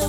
a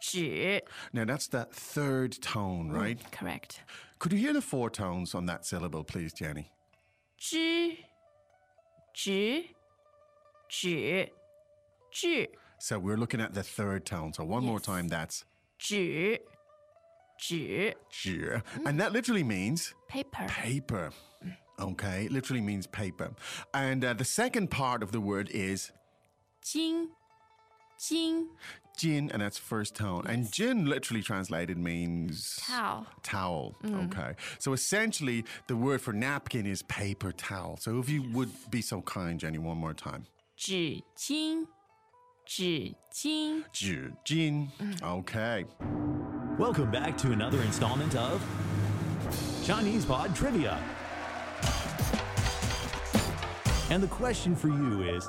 纸 now that's the third tone, Mm. right? correct. Could you hear the four tones on that syllable, please, Jenny? 知纸纸纸 So we're looking at the third tone. So one more time, that's 纸纸纸, Mm. and that literally means paper paper. Okay, it literally means paper. And uh, the second part of the word is 金金 Jin, and that's first tone. And Jin literally translated means Towel. Towel. Okay. So essentially, the word for napkin is paper towel. So if you would be so kind, Jenny, one more time. 纸巾，纸巾。 Jin. Okay. Welcome back to another installment of Chinese Pod Trivia. And the question for you is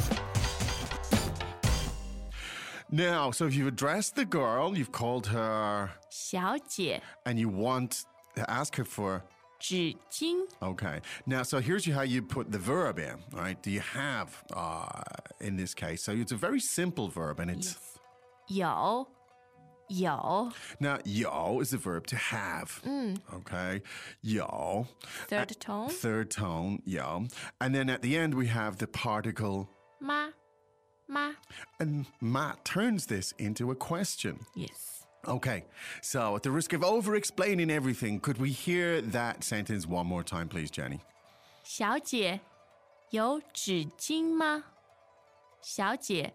Now, so if you've addressed the girl, you've called her, 小姐， and you want to ask her for 纸巾， Okay. Now, so here's you- how you put the verb in, right? Do you have, uh, in this case? So it's a very simple verb, and it's 有，有。 now yo is the verb to have. Okay, yo. Third tone， Third tone, yo, and then at the end we have the particle 妈，妈。 and Matt turns this into a question. Yes， Okay, so at the risk of over explaining everything, could we hear that sentence one more time, please, Jenny? 小姐，有纸巾吗？小姐，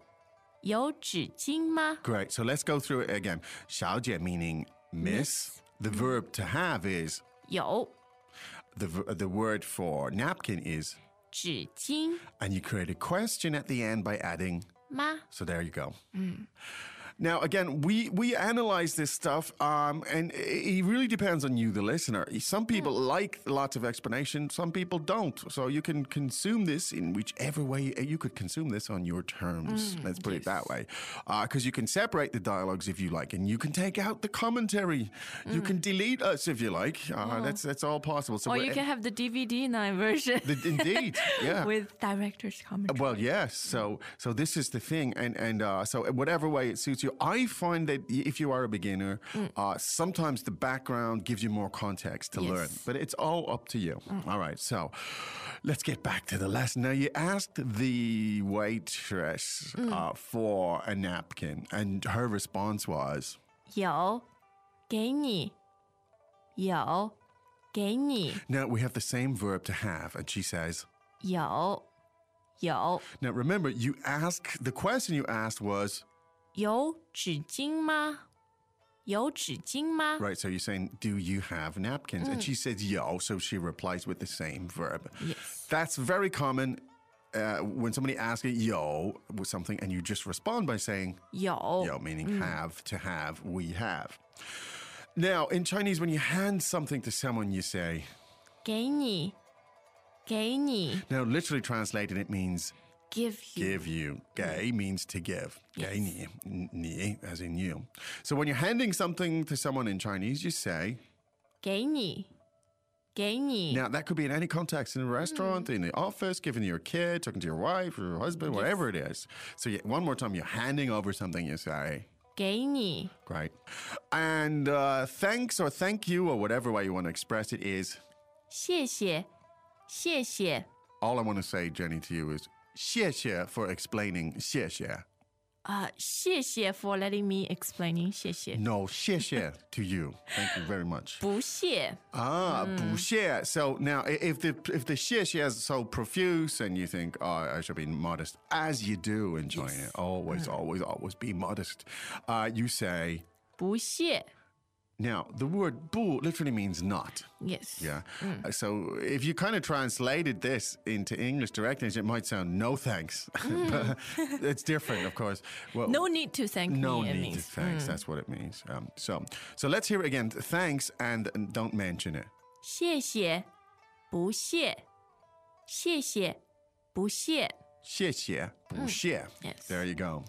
有纸巾吗？ Great. So let's go through it again. 小姐 meaning miss. The verb to have is 有 the v- the word for napkin is, 纸巾 and you create a question at the end by adding. 吗？ So there you go. Mm. Now again, we we analyze this stuff, um, and it it really depends on you, the listener. Some people like lots of explanation, some people don't. So you can consume this in whichever way uh, you could consume this on your terms. Mm, Let's put it that way, because you can separate the dialogues if you like, and you can take out the commentary. You can delete us if you like. Uh, That's that's all possible. So Mm. Or we're- e you can have the DVD now version the, indeed, yeah. with director's commentary. Well, yes. So, so this is the thing, and and uh, so whatever way it suits you, I find that y- if you are a beginner, uh, sometimes the background gives you more context to learn. Yes. But it's all up to you. All right. So, let's get back to the lesson. Now, you asked the waitress uh, for a napkin, and her response was, 有，给你。有，给你。 "Now we have the same verb to have," and she says. 有，有， Now, remember, you ask the question you asked was 有纸巾吗？有纸巾吗？ Right, so you're saying, do you have napkins? And she says, yo, so she replies with the same verb. Yes. That's very common uh, when somebody asks you, yo, with something, and you just respond by saying, 有 yo, meaning have, to have, we have. Now, in Chinese, when you hand something to someone, you say, 给你，给你 now literally translated, it means ，give you， give you. Gay means to give. Gay ni, ni, as in you. So when you're handing something to someone in Chinese, you say, 给你，给你。 Now, that could be in any context in a restaurant, in the office, giving your kid, talking to your wife or your husband, whatever it is. So, you, one more time, you're handing over something you say. 给你， Great. And uh, thanks or thank you or whatever way you want to express it is 谢谢，谢谢。 all I want to say, Jenny, to you is 谢谢 for explaining 谢谢.啊、谢谢 for letting me explaining，谢谢。 No, 谢谢 to you. Thank you very much. 不屑， Ah, Hmm. 不屑. So now, i- if the if the 谢谢 is so profuse, and you think, oh, I should be modest, as you do in China, Hmm. always, always, always be modest. Uh, you say 不屑。 now the word 不 literally means not. Yes. Yeah. Hmm. Uh, So if you kind of translated this into English directness, it might sound no thanks. But it's different, of course. Well, Hmm. No need to thank no me. it need to means. Hmm. thanks. That's what it means. Um, so, so let's hear it again. Thanks and and don't mention it. 谢谢，不屑，谢谢，不屑。谢谢,不谢. Mm. yes. There you go.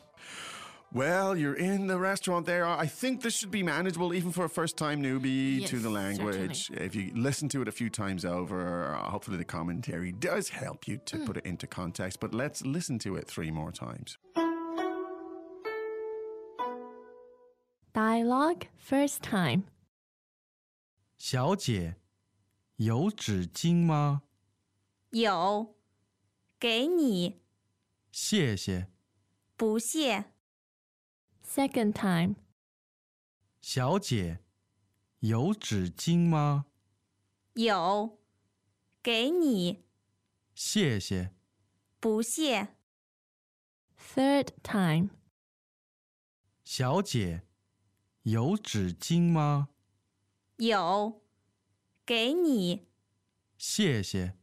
Well, you're in the restaurant there. I think this should be manageable even for a first time newbie to Yes, the language. If you listen to it a few times over, uh, hopefully the commentary does help you Mm. to put it into context. But let's listen to it three more times. Dialogue first time. 小姐，有纸巾吗？有，给你，谢谢。不谢。 Second time. 小姐，有纸巾吗？有，给你，谢谢。不谢。 Third time. 小姐，有纸巾吗？有，给你，谢谢。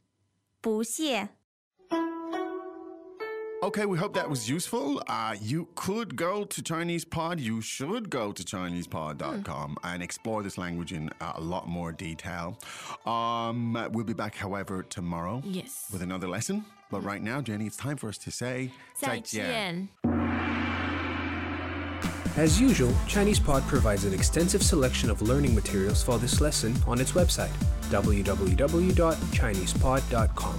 不谢。 Okay, we hope that was useful. Uh, you could go to ChinesePod. You should go to ChinesePod.com and explore this language in uh, a lot more detail. Um, we'll be back, however, tomorrow Yes. with another lesson. But right now, Jenny, it's time for us to say 再见。 As usual, ChinesePod provides an extensive selection of learning materials for this lesson on its website, www.chinesepod.com.